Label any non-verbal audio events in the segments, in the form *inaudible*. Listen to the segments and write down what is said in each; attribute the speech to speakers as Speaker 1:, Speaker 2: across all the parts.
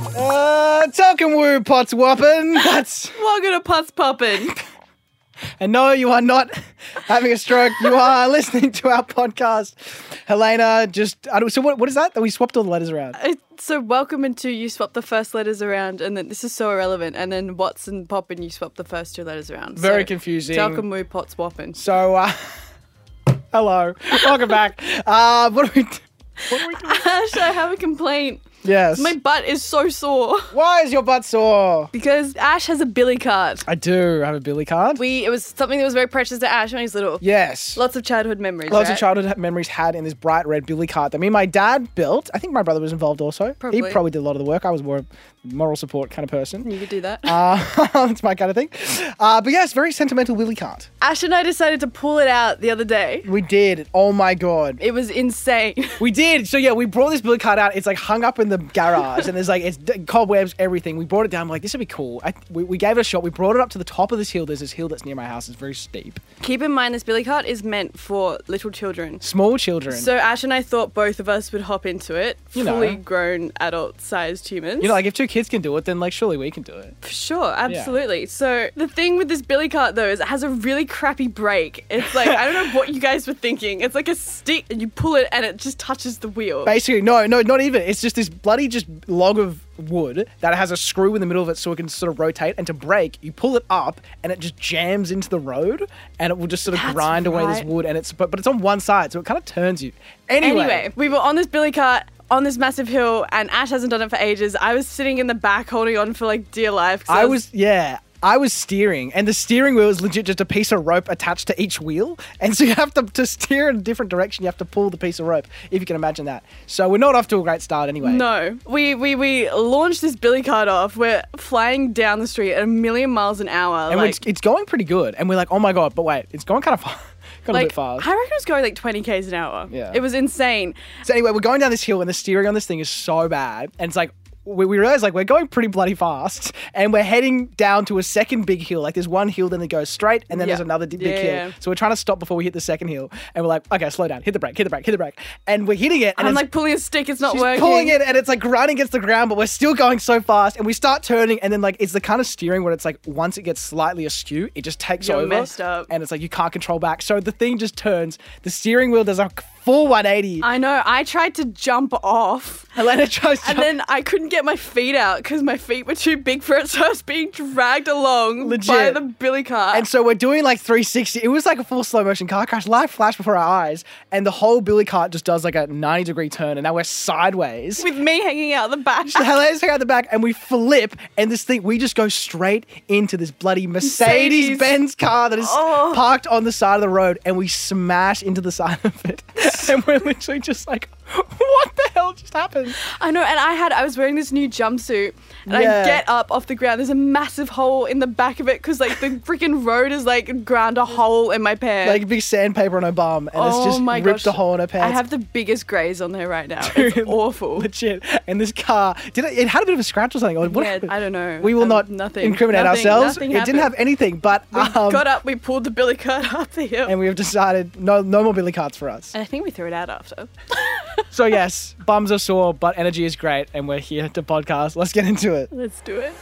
Speaker 1: Hello, Uh, Potts
Speaker 2: *laughs*
Speaker 1: Whoppin. That's
Speaker 2: Welcome to Putz
Speaker 1: *laughs*
Speaker 2: Poppin.
Speaker 1: and no, you are not having a stroke. You
Speaker 2: *laughs*
Speaker 1: are listening to our podcast. Helena, just I don't, so what? What is that? That we swapped all the letters around.
Speaker 2: Uh, so welcome into you swap the first letters around, and then this is so irrelevant. And then Watts and Poppin, you swap the first two letters around.
Speaker 1: Very
Speaker 2: so,
Speaker 1: confusing.
Speaker 2: Welcome, Moo Potts Whoppin.
Speaker 1: So, uh, *laughs* hello, welcome back. Uh, what are we? do- What are we doing?
Speaker 2: *laughs* Ash, I have a complaint.
Speaker 1: Yes.
Speaker 2: My butt is so sore
Speaker 1: Why is your butt sore?
Speaker 2: because Ash has a billy cart.
Speaker 1: I do. I have a billy card.
Speaker 2: We it was something that was very precious to Ash when he was little.
Speaker 1: yes.
Speaker 2: Lots of childhood memories.
Speaker 1: Lots of
Speaker 2: right?
Speaker 1: childhood memories had in this bright red billy cart that me and my dad built. I think my brother was involved also. He
Speaker 2: Probably.
Speaker 1: probably did a lot of the work. I was more a moral support kind of person.
Speaker 2: You could do that.
Speaker 1: Uh, *laughs* that's my kind of thing. Uh, but yes, very sentimental billy cart.
Speaker 2: Ash and I decided to pull it out the other day.
Speaker 1: We did. Oh my god.
Speaker 2: It was insane. *laughs*
Speaker 1: We did. So yeah, we brought this billy cart out. It's like hung up in the garage, and there's like it's d- cobwebs, everything. We brought it down. I'm like this would be cool. I, we, we gave it a shot. We brought it up to the top of this hill. There's this hill that's near my house. It's very steep.
Speaker 2: Keep in mind, this billy cart is meant for little children.
Speaker 1: Small children.
Speaker 2: So Ash and I thought both of us would hop into it,
Speaker 1: You know.
Speaker 2: fully grown adult-sized humans.
Speaker 1: you know, like if two kids can do it, then like surely we can do it.
Speaker 2: for sure, absolutely. So the thing with this billy cart though is it has a really crappy brake. It's like I don't know what you guys were thinking. It's like a stick, and you pull it, and it just touches the wheel.
Speaker 1: Basically, no, no, not even. It's just this bloody just log of wood that has a screw in the middle of it so it can sort of rotate. And to break, you pull it up and it just jams into the road and it will just sort of
Speaker 2: That's
Speaker 1: grind away this
Speaker 2: right.
Speaker 1: wood. And it's but, but it's on one side, so it kind of turns you. Anyway,
Speaker 2: Anyway. we were on this billy cart on this massive hill, and Ash hasn't done it for ages. I was sitting in the back holding on for like dear life. 'cause
Speaker 1: I was yeah. I was steering, and the steering wheel is legit just a piece of rope attached to each wheel. And so you have to, to steer in a different direction, you have to pull the piece of rope, if you can imagine that. So we're not off to a great start anyway.
Speaker 2: No, we, we we launched this billy cart off. We're flying down the street at a million miles an hour.
Speaker 1: And
Speaker 2: like,
Speaker 1: it's, it's going pretty good. And we're like, oh my God, but wait, it's going kind of *laughs* far. Got a
Speaker 2: like
Speaker 1: bit fast.
Speaker 2: I reckon it was going like 20 k's an hour.
Speaker 1: Yeah.
Speaker 2: it was insane.
Speaker 1: So anyway, we're going down this hill and the steering on this thing is so bad. And it's like we, we realize like we're going pretty bloody fast and we're heading down to a second big hill. Like there's one hill, then it goes straight, and then
Speaker 2: Yeah.
Speaker 1: there's another di- big
Speaker 2: Yeah, yeah,
Speaker 1: hill.
Speaker 2: yeah.
Speaker 1: So we're trying to stop before we hit the second hill. And we're like, okay, slow down, hit the brake, hit the brake, hit the brake. And we're hitting it and
Speaker 2: And I'm
Speaker 1: it's
Speaker 2: like pulling a stick, it's not
Speaker 1: She's
Speaker 2: working.
Speaker 1: pulling it and it's like grinding against the ground, but we're still going so fast. And we start turning, and then like it's the kind of steering where it's like once it gets slightly askew, it just takes
Speaker 2: You're
Speaker 1: over.
Speaker 2: messed up.
Speaker 1: And it's like you can't control back. So the thing just turns. The steering wheel does a full 180.
Speaker 2: I know. I tried to jump off,
Speaker 1: Helena tries to
Speaker 2: and then I couldn't get my feet out because my feet were too big for it. *laughs* So I was being dragged along by
Speaker 1: Legit.
Speaker 2: the billy cart.
Speaker 1: And so we're doing like 360. It was like a full slow motion car crash, live flash before our eyes, and the whole billy cart just does like a 90 degree turn, and now we're sideways.
Speaker 2: *laughs* with me hanging out the
Speaker 1: *laughs*
Speaker 2: back.
Speaker 1: So Helena's hanging out the back, and we flip, and this thing we just go straight into this bloody Mercedes Benz car that is
Speaker 2: Oh.
Speaker 1: parked on the side of the road, and we smash into the side of
Speaker 2: *laughs*
Speaker 1: it, and we're literally just like, what the hell just happened?
Speaker 2: I know, and I had I was wearing this new jumpsuit, and
Speaker 1: Yeah.
Speaker 2: I get up off the ground. There's a massive hole in the back of it because like
Speaker 1: *laughs*
Speaker 2: the freaking road is like ground a hole in my pants. Oh
Speaker 1: Like big sandpaper on her bum, and it's just ripped a hole in her pants.
Speaker 2: I have the biggest graze on there
Speaker 1: *laughs*
Speaker 2: right now. It's
Speaker 1: Dude.
Speaker 2: awful.
Speaker 1: legit. And this car did it, it had a bit of a scratch or something. Or what
Speaker 2: Yeah,
Speaker 1: happened?
Speaker 2: I don't know.
Speaker 1: We will
Speaker 2: Um,
Speaker 1: not
Speaker 2: nothing.
Speaker 1: incriminate
Speaker 2: Nothing-
Speaker 1: ourselves.
Speaker 2: nothing
Speaker 1: it didn't
Speaker 2: happened.
Speaker 1: have anything, but
Speaker 2: We
Speaker 1: um,
Speaker 2: got up, we pulled the billy cart *laughs* up the hill,
Speaker 1: and we've decided no no more billy carts for us.
Speaker 2: and I think we threw it out after.
Speaker 1: so yes, bums are sore, but energy is great, and we're here to podcast. Let's get into it.
Speaker 2: Let's do it.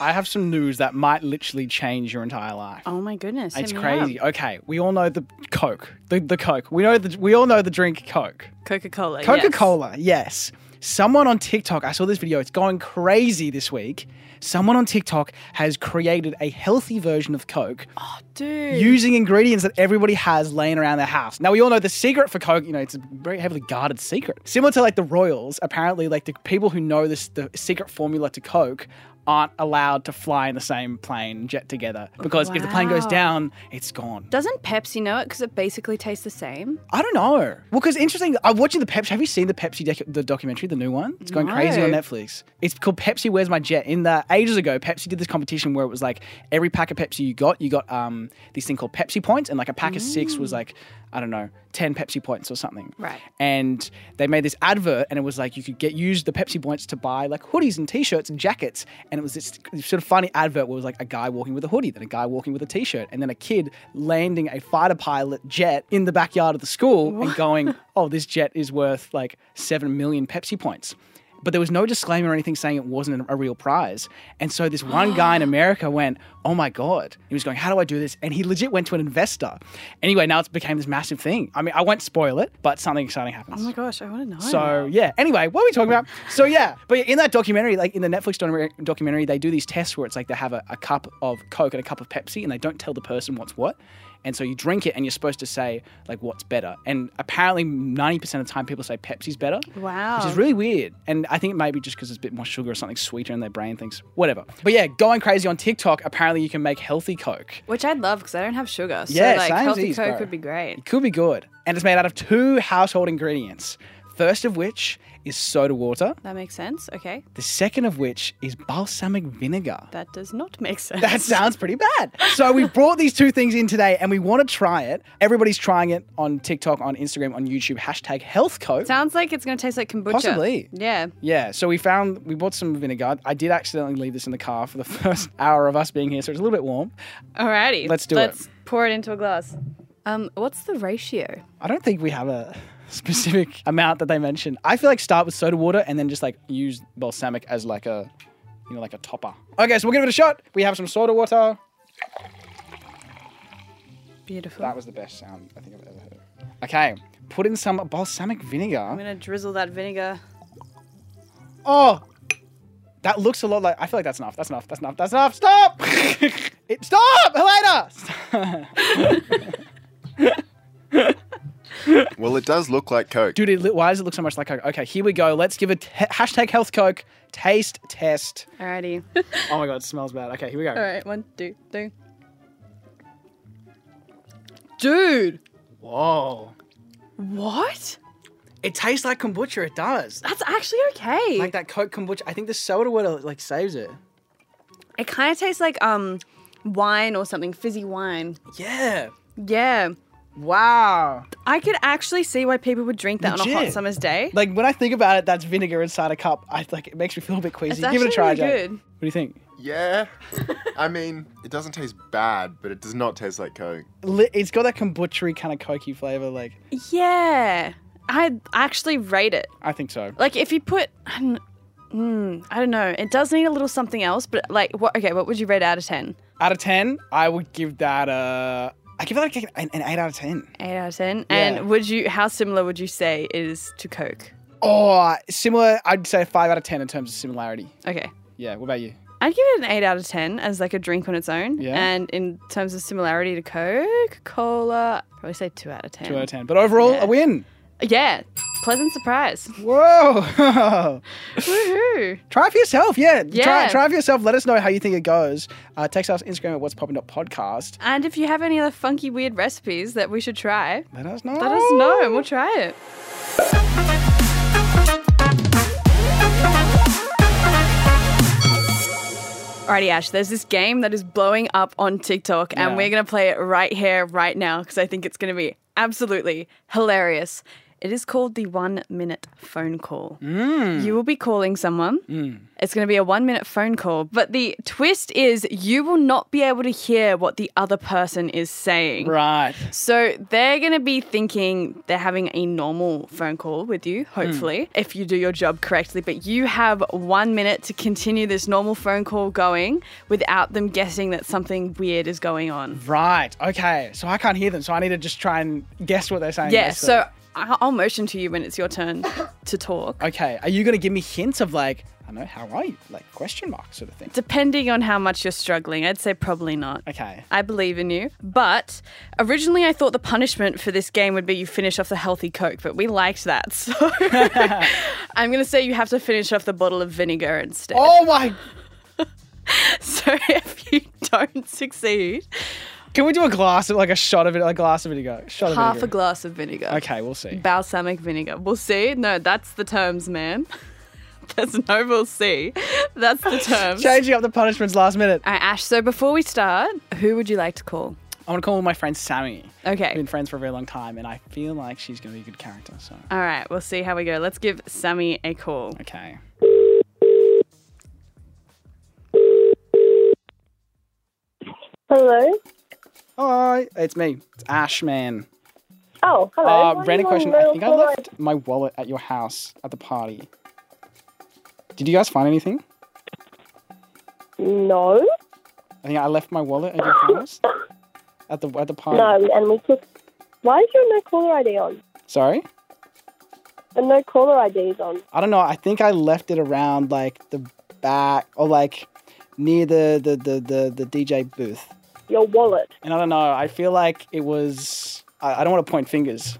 Speaker 1: I have some news that might literally change your entire life.
Speaker 2: Oh my goodness,
Speaker 1: It's crazy. Okay, we all know the Coke, the, the Coke. We know the we all know the drink Coke.
Speaker 2: Coca Cola.
Speaker 1: Coca Cola, yes. Someone on TikTok, I saw this video, it's going crazy this week. Someone on TikTok has created a healthy version of Coke
Speaker 2: Oh, dude.
Speaker 1: using ingredients that everybody has laying around their house. Now, we all know the secret for Coke, you know, it's a very heavily guarded secret. Similar to like the Royals, apparently, like the people who know this, the secret formula to Coke aren't allowed to fly in the same plane jet together because if the plane goes
Speaker 2: Wow.
Speaker 1: down, it's gone.
Speaker 2: Doesn't Pepsi know it because it basically tastes the same?
Speaker 1: I don't know. Well, because interesting, I'm watching the Pepsi. Have you seen the Pepsi doc- the documentary, the new one? It's going crazy on
Speaker 2: No.
Speaker 1: Netflix. It's called Pepsi Where's My Jet. In the ages ago, Pepsi did this competition where it was like every pack of Pepsi you got, you got um this thing called Pepsi points, and like a pack of six was like I don't know, ten Pepsi points or something.
Speaker 2: Right.
Speaker 1: And they made this advert, and it was like you could get use the Pepsi points to buy like hoodies and T-shirts and jackets. And it was this sort of funny advert where it was like a guy walking with a hoodie, then a guy walking with a T-shirt, and then a kid landing a fighter pilot jet in the backyard of the school and going, "Oh, this jet is worth like seven million Pepsi points." but there was no disclaimer or anything saying it wasn't a real prize. And so this one guy in America went, "Oh my god!" He was going, "How do I do this?" And he legit went to an investor. Anyway, now it's became this massive thing. I mean, I won't spoil it, but something exciting happens.
Speaker 2: Oh my gosh, I want to know.
Speaker 1: So yeah. Anyway, what are we talking about? So yeah, but in that documentary, like in the Netflix documentary- documentary, they do these tests where it's like they have a, a cup of Coke and a cup of Pepsi, and they don't tell the person what's what. And so you drink it, and you're supposed to say like what's better. And apparently, ninety percent of the time, people say Pepsi's better.
Speaker 2: Wow.
Speaker 1: Which is really weird. And I think it may be just because it's a bit more sugar or something sweeter in their brain thinks whatever. But yeah, going crazy on TikTok. Apparently, you can make healthy Coke.
Speaker 2: Which I'd love because I don't have sugar. So
Speaker 1: Yeah,
Speaker 2: like
Speaker 1: samesies,
Speaker 2: healthy Coke
Speaker 1: bro.
Speaker 2: would be great.
Speaker 1: It could be good. And it's made out of two household ingredients. First of which is soda water.
Speaker 2: That makes sense. Okay.
Speaker 1: The second of which is balsamic vinegar.
Speaker 2: That does
Speaker 1: *laughs*
Speaker 2: not make sense.
Speaker 1: That sounds pretty bad. So we brought these two things in today and we want to try it. Everybody's trying it on TikTok, on Instagram, on YouTube, hashtag health coach.
Speaker 2: *laughs* Sounds like it's going to taste like kombucha.
Speaker 1: Possibly.
Speaker 2: Yeah.
Speaker 1: yeah, so we found we bought some vinegar. I did accidentally leave this in the car for the *laughs* first hour of us being here, so it's a little bit warm.
Speaker 2: Alrighty.
Speaker 1: Let's do it.
Speaker 2: Let's pour it into a glass. Um, what's the ratio?
Speaker 1: I don't think we have a specific amount that they mentioned. I feel like start with soda water and then just like use balsamic as like a, you know, like a topper. Okay, so we'll give it a shot. We have some soda water.
Speaker 2: Beautiful.
Speaker 1: That was the best sound I think I've ever heard. Okay, put in some balsamic
Speaker 2: I'm
Speaker 1: vinegar.
Speaker 2: gonna drizzle that vinegar.
Speaker 1: Oh, that looks a lot like. I feel like that's enough. That's enough. That's enough. That's enough. Stop! *laughs* it, stop, Helena.
Speaker 3: Well, it does look like Coke.
Speaker 1: Dude, it, li- why does it look so much like Coke? Okay, here we go. Let's give a t- hashtag health Coke taste test.
Speaker 2: Alrighty.
Speaker 1: Oh my god, it smells bad. Okay, here we go.
Speaker 2: *laughs* Alright, one, two, three. Dude!
Speaker 1: Whoa.
Speaker 2: What?
Speaker 1: It tastes like kombucha. It does.
Speaker 2: That's actually okay.
Speaker 1: Like that Coke kombucha. I think the soda water like saves it.
Speaker 2: it kind of tastes like um wine or something, fizzy wine.
Speaker 1: Yeah.
Speaker 2: Yeah.
Speaker 1: Wow.
Speaker 2: I could actually see why people would drink that on a hot
Speaker 1: Legit.
Speaker 2: summer's day.
Speaker 1: Like when I think about it, that's vinegar inside a cup. I like it makes me feel a bit queasy.
Speaker 2: it's
Speaker 1: Give
Speaker 2: actually
Speaker 1: it a try,
Speaker 2: really
Speaker 1: Jake.
Speaker 2: good.
Speaker 1: What do you think?
Speaker 3: Yeah. I mean, it doesn't taste bad, but it does not taste like Coke.
Speaker 1: Li- It's got that kombucha kind of cokey flavor. Like
Speaker 2: Yeah. I actually rate it.
Speaker 1: I think so.
Speaker 2: Like if you put I don't, mm, I don't know. It does need a little something else, but like what okay, what would you rate out of 10?
Speaker 1: Out of ten, I would give that a. I give it like an, an eight out of ten.
Speaker 2: 8 out of 10.
Speaker 1: Yeah.
Speaker 2: And would you how similar would you say it is to Coke?
Speaker 1: Oh, similar. I'd say five out of ten in terms of similarity.
Speaker 2: Okay.
Speaker 1: Yeah. What about you?
Speaker 2: I'd give it an 8 out of 10 as like a drink on its own.
Speaker 1: Yeah.
Speaker 2: And in terms of similarity to Coke, Cola, I'd probably say 2 out of 10.
Speaker 1: Two out of ten. But overall,
Speaker 2: Yeah.
Speaker 1: a win.
Speaker 2: Yeah. Pleasant surprise.
Speaker 1: Whoa. *laughs*
Speaker 2: Woohoo.
Speaker 1: try it for yourself. Yeah. Try,
Speaker 2: Yeah.
Speaker 1: try it for yourself. Let us know how you think it goes. Uh, text us Instagram at what's popping podcast.
Speaker 2: And if you have any other funky weird recipes that we should try,
Speaker 1: Let us know.
Speaker 2: let us know and we'll try it. Alrighty, Ash, there's this game that is blowing up on TikTok, and
Speaker 1: Yeah.
Speaker 2: we're going to play it right here, right now, because I think it's going to be absolutely hilarious. It is called the one minute phone call.
Speaker 1: Mm.
Speaker 2: You will be calling someone. It's going to be a one minute phone call, but the twist is you will not be able to hear what the other person is saying.
Speaker 1: Right.
Speaker 2: So they're going to be thinking they're having a normal phone call with you, hopefully, if you do your job correctly. But you have one minute to continue this normal phone call going without them guessing that something weird is going on.
Speaker 1: Right. Okay. So I can't hear them. So I need to just try and guess what they're saying.
Speaker 2: Yeah,
Speaker 1: basically.
Speaker 2: so I- I'll motion to you when it's your turn to
Speaker 1: *laughs*
Speaker 2: talk.
Speaker 1: Okay. Are you going to give me hints of like, I don't know, how are you? Like question mark sort of thing.
Speaker 2: Depending on how much you're struggling, I'd say probably not.
Speaker 1: Okay.
Speaker 2: I believe in you. But originally, I thought the punishment for this game would be you finish off the healthy Coke, but we liked that. *laughs*
Speaker 1: *laughs*
Speaker 2: So I'm going to say you have to finish off the bottle of vinegar instead.
Speaker 1: Oh my.
Speaker 2: *laughs* So if you don't succeed,
Speaker 1: Can we do a glass of like a shot of it? A glass of vinegar. Shot of
Speaker 2: half a
Speaker 1: vinegar.
Speaker 2: glass of vinegar.
Speaker 1: Okay. We'll see.
Speaker 2: Balsamic vinegar. We'll see. No, that's the terms, man. *laughs* There's no we'll see. That's the
Speaker 1: *laughs*
Speaker 2: terms. All right,
Speaker 1: Changing up the punishments last minute.
Speaker 2: Ash, so before we start, who would you like to call?
Speaker 1: I want to call my friend Sammy. We've
Speaker 2: Okay.
Speaker 1: been friends for a very long time, and I feel like she's going to be a good character. So.
Speaker 2: All right, we'll see how we go. Let's give Sammy a call.
Speaker 1: Okay.
Speaker 4: Hello.
Speaker 1: Hi, it's me. It's Ashman.
Speaker 4: Oh, hello.
Speaker 1: Uh,
Speaker 4: Why are
Speaker 1: random
Speaker 4: you
Speaker 1: question.
Speaker 4: on
Speaker 1: I
Speaker 4: rail
Speaker 1: think I
Speaker 4: for
Speaker 1: left my wallet at your house at the party. Did you guys find anything?
Speaker 4: No,
Speaker 1: I think I left my wallet at your house. At the at the party.
Speaker 4: no, and we took. Why is your no caller ID on?
Speaker 1: Sorry.
Speaker 4: The no caller ID is on.
Speaker 1: I don't know. I think I left it around like the back or like near the the the the, the DJ booth.
Speaker 4: Your wallet.
Speaker 1: And I don't know. I feel like it was. I, I don't want to point fingers,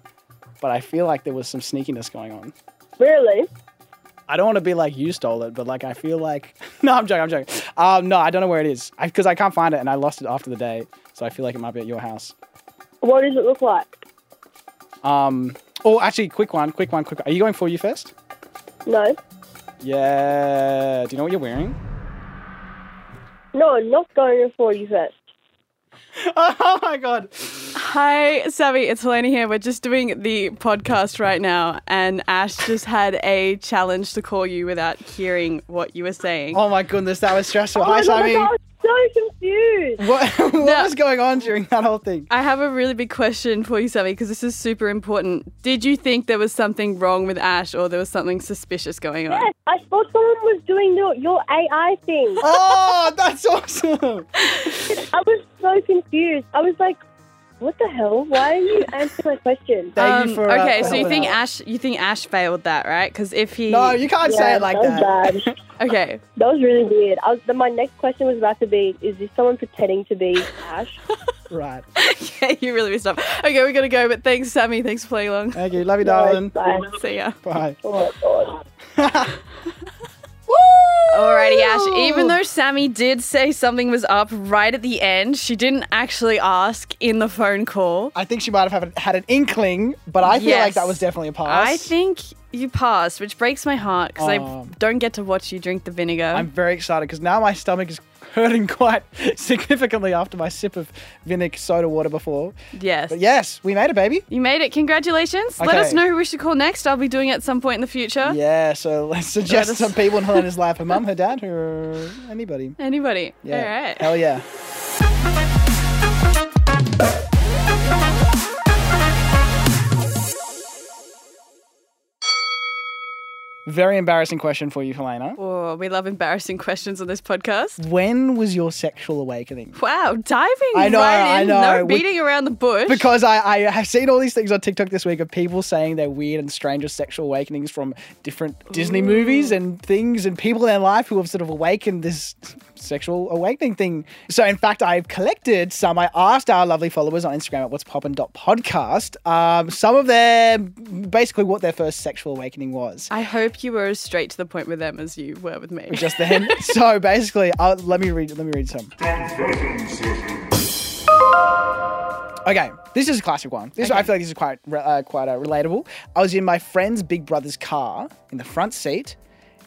Speaker 1: but I feel like there was some sneakiness going on.
Speaker 4: Really?
Speaker 1: I don't want to be like you stole it, but like I feel like *laughs* no, I'm joking, I'm joking. Um, no, I don't know where it is because I, can't find it and I lost it after the day, so I feel like it might be at your house.
Speaker 4: What does it look like?
Speaker 1: Um, oh, actually, quick one, quick one, quick. One. Are you going for you first?
Speaker 4: No.
Speaker 1: Yeah. Do you know what you're wearing? *laughs*
Speaker 4: No, I'm not going for you first.
Speaker 1: Oh my god.
Speaker 2: Hi, Savvy. It's Helena here. We're just doing the podcast right now, and Ash just had a challenge to call you without hearing what you were saying.
Speaker 1: Oh my goodness, that was stressful.
Speaker 4: oh
Speaker 1: Hi,
Speaker 4: my God,
Speaker 1: Sammy.
Speaker 4: I was so confused.
Speaker 1: What, *laughs* what
Speaker 2: No.
Speaker 1: was going on during that whole thing?
Speaker 2: I have a really big question for you, Savvy, because this is super important. Did you think there was something wrong with Ash, or there was something suspicious going on?
Speaker 4: Yes, I thought someone was doing your, your AI thing.
Speaker 1: Oh, that's awesome.
Speaker 4: I was so confused. I was like, what the hell? Why are you answering my question?
Speaker 1: Thank you for uh,
Speaker 2: Um, okay, so you
Speaker 1: helping
Speaker 2: think
Speaker 1: out.
Speaker 2: Ash, you think Ash failed that, right? Because if he,
Speaker 1: No, you can't say it like
Speaker 4: that. was bad.
Speaker 2: okay, *laughs*
Speaker 4: That was really weird. I was, then my next question was about to be, is this someone pretending to be Ash?
Speaker 1: Right.
Speaker 2: yeah, you really messed up. Okay, we gotta go. But thanks, Sammy. Thanks for playing along.
Speaker 1: Thank you. Love you, darling.
Speaker 4: Bye.
Speaker 2: See ya.
Speaker 1: Bye.
Speaker 4: Oh my god.
Speaker 1: *laughs*
Speaker 2: Alrighty, Ash. Even though Sammy did say something was up right at the end, she didn't actually ask in the phone call.
Speaker 1: I think she might have had an inkling, but I feel like
Speaker 2: Yes.
Speaker 1: that was definitely a pass.
Speaker 2: I think you passed, which breaks my heart because
Speaker 1: Aw.
Speaker 2: I don't get to watch you drink the vinegar.
Speaker 1: Um, I'm very excited because now my stomach is *laughs* hurting quite *laughs* significantly after my sip of Vinnick soda water before.
Speaker 2: yes.
Speaker 1: But yes, we made it, baby.
Speaker 2: You made it. Congratulations. Let us
Speaker 1: Okay.
Speaker 2: know who we should call next. I'll be doing it at some point in the future.
Speaker 1: Yeah, so *laughs* let's suggest
Speaker 2: us-
Speaker 1: some people in
Speaker 2: *laughs*
Speaker 1: Helena's life her mum, her dad, her anybody.
Speaker 2: Anybody.
Speaker 1: Yeah.
Speaker 2: All right.
Speaker 1: Hell yeah. Very embarrassing question for you, Helena.
Speaker 2: Oh, we love embarrassing questions on this podcast.
Speaker 1: When was your sexual awakening?
Speaker 2: Wow, diving
Speaker 1: I know,
Speaker 2: right in,
Speaker 1: I know.
Speaker 2: no
Speaker 1: We-
Speaker 2: beating around the bush.
Speaker 1: Because I, I have seen all these things on TikTok this week of people saying their weird and stranger sexual awakenings from different Disney movies and things and people in their life who have sort of awakened this sexual awakening thing. So in fact, I've collected some. I asked our lovely followers on Instagram at what's poppin' dot podcast. Um, some of their basically what their first sexual awakening was.
Speaker 2: I hope you were as straight to the point with them as you were with me.
Speaker 1: Just then. *laughs* so basically, uh, let me read. Let me read some. Okay, this is a classic one. This I feel like this is quite re- uh, quite uh, relatable. I was in my friend's big brother's car in the front seat,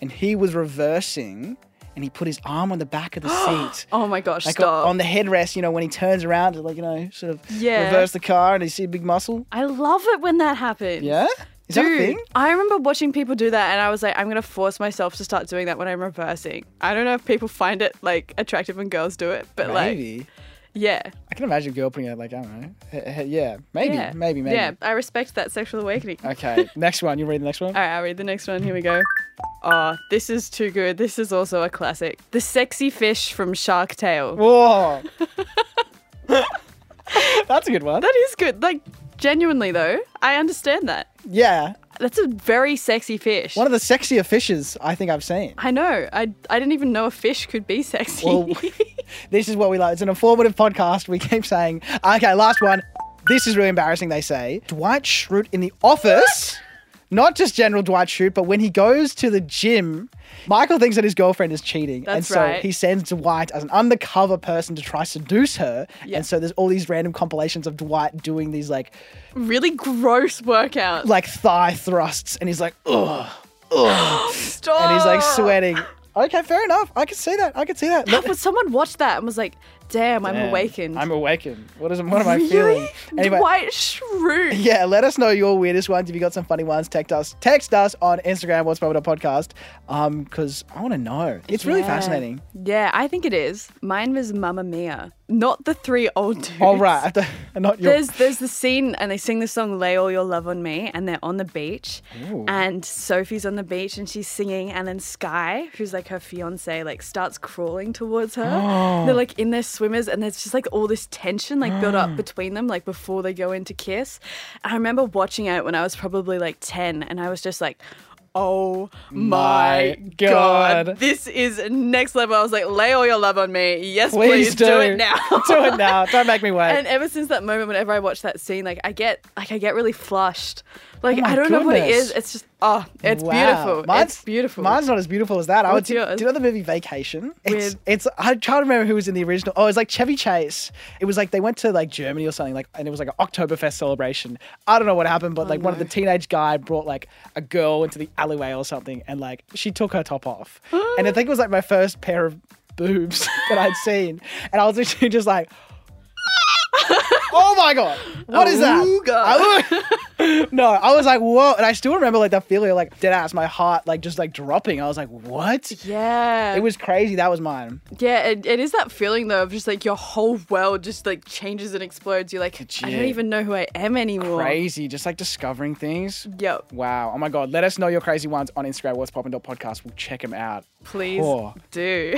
Speaker 1: and he was reversing, and he put his arm on the back
Speaker 2: *gasps*
Speaker 1: of the seat.
Speaker 2: Oh my gosh,
Speaker 1: Like
Speaker 2: stop.
Speaker 1: on the headrest, you know, when he turns around to like, you know, sort of
Speaker 2: Yeah.
Speaker 1: reverse the car and you see a big muscle.
Speaker 2: I love it when that happens.
Speaker 1: Yeah? Is that a
Speaker 2: Dude,
Speaker 1: thing?
Speaker 2: I remember watching people do that and I was like, I'm gonna force myself to start doing that when I'm reversing. I don't know if people find it like attractive when girls do it, but like
Speaker 1: Maybe.
Speaker 2: yeah.
Speaker 1: I can imagine a girl putting it like, I don't know. He- he- yeah, maybe,
Speaker 2: yeah.
Speaker 1: maybe, maybe.
Speaker 2: Yeah, I respect that sexual awakening.
Speaker 1: Okay, next one. You read the next one?
Speaker 2: All right, I'll read the next one. Here we go. Oh, this is too good. This is also a classic. The sexy fish from Shark Tale.
Speaker 1: Whoa. *laughs* That's a good one.
Speaker 2: That is good. Like, genuinely, though, I understand that.
Speaker 1: Yeah.
Speaker 2: That's a very sexy fish.
Speaker 1: One of the sexier fishes I think I've seen.
Speaker 2: I know. I, I didn't even know a fish could be sexy.
Speaker 1: Well, this is what we like. It's an informative podcast. We keep saying, okay, last one. This is really embarrassing, they say. Dwight Schrute in the office. Not just general Dwight Schrute, but when he goes to the gym, Michael thinks that his girlfriend is cheating. and
Speaker 2: That's
Speaker 1: so
Speaker 2: right.
Speaker 1: he sends Dwight as an undercover person to try seduce her.
Speaker 2: Yeah.
Speaker 1: And so there's all these random compilations of Dwight doing these like
Speaker 2: *laughs* really gross workout.
Speaker 1: like thigh thrusts and he's like, ugh.
Speaker 2: Stop.
Speaker 1: And he's like sweating. Okay, fair enough. I can see that. I can see that. Let-
Speaker 2: But someone watched that and was like, damn, I'm
Speaker 1: Damn.
Speaker 2: *laughs* awakened.
Speaker 1: I'm awakened. What is what am I
Speaker 2: really?
Speaker 1: feeling? Anyway,
Speaker 2: *laughs* White shrew.
Speaker 1: *laughs* yeah, let us know your weirdest ones. If you got some funny ones, text us. Text us on Instagram, what's Bubba podcast. Um, because I want to know. It's really
Speaker 2: Yeah.
Speaker 1: fascinating.
Speaker 2: Yeah, I think it is. Mine was Mamma Mia. not the three old dudes.
Speaker 1: All right, *laughs* I don't- and not your.
Speaker 2: There's there's the scene and they sing the song "Lay All Your Love on Me" and they're on the beach and Sophie's on the beach and she's singing and then Sky, who's like her fiance, like starts crawling towards her.
Speaker 1: *gasps*
Speaker 2: They're like in their swimmers and there's just like all this tension like
Speaker 1: *gasps*
Speaker 2: built up between them like before they go in to kiss. I remember watching it when I was probably like ten and I was just like. Oh my,
Speaker 1: My God.
Speaker 2: This is next level. I was like, lay all your love on me. Yes,
Speaker 1: Please
Speaker 2: please,
Speaker 1: do.
Speaker 2: it now.
Speaker 1: *laughs* do it now. Don't make
Speaker 2: *laughs*
Speaker 1: me wait.
Speaker 2: And ever since that moment, whenever I watch that scene, like I get like I get really flushed. Like
Speaker 1: Oh my
Speaker 2: I don't know what it
Speaker 1: goodness.
Speaker 2: is. It's just oh, it's
Speaker 1: Wow.
Speaker 2: beautiful.
Speaker 1: Mine's,
Speaker 2: it's beautiful.
Speaker 1: Mine's not as beautiful as that. I would.
Speaker 2: What's
Speaker 1: Do you
Speaker 2: yours?
Speaker 1: know the movie Vacation? It's.
Speaker 2: With-
Speaker 1: It's. I try to remember who was in the original. Oh, it was like Chevy Chase. It was like they went to like Germany or something. Like, and it was like an Oktoberfest celebration. I don't know what happened, but like one of
Speaker 2: Oh,
Speaker 1: the teenage guy brought like a girl into the alleyway or something, and like she took her top
Speaker 2: *gasps*
Speaker 1: off, and I think it was like my first pair of boobs *laughs* that I'd seen, and I was literally just like. Oh my god! What is that? I- no, I was *laughs* like, whoa, and I still remember like that feeling, like dead ass, my heart like just like dropping. I was like, what?
Speaker 2: yeah,
Speaker 1: It was crazy. That was mine.
Speaker 2: yeah. It, it is that feeling though of just like your whole world just like changes and explodes. You're like, I
Speaker 1: Legit.
Speaker 2: don't even know who I am anymore.
Speaker 1: Crazy, just like discovering things.
Speaker 2: Yep.
Speaker 1: Wow. Oh my god. Let us know your crazy ones on Instagram. What's poppin' dot podcast. We'll check them out.
Speaker 2: Please
Speaker 1: Oh.
Speaker 2: do.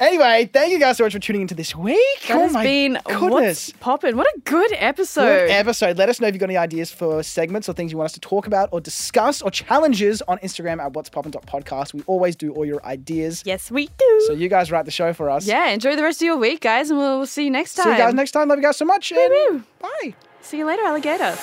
Speaker 1: Anyway, thank you guys so much for tuning into this week.
Speaker 2: That
Speaker 1: oh
Speaker 2: has
Speaker 1: my
Speaker 2: been
Speaker 1: goodness.
Speaker 2: what's poppin'. What a good episode.
Speaker 1: Good episode. Let us know if you've got any ideas for segments or things you want us to talk about or discuss or challenges on Instagram at what's poppin' dot podcast. We always do all your ideas.
Speaker 2: yes, we do.
Speaker 1: So you guys write the show for us.
Speaker 2: yeah, enjoy the rest of your week, guys, and we'll, we'll see you next time.
Speaker 1: See you guys next time. Love you guys so much. and
Speaker 2: Woo-woo.
Speaker 1: Bye.
Speaker 2: See you later, alligator.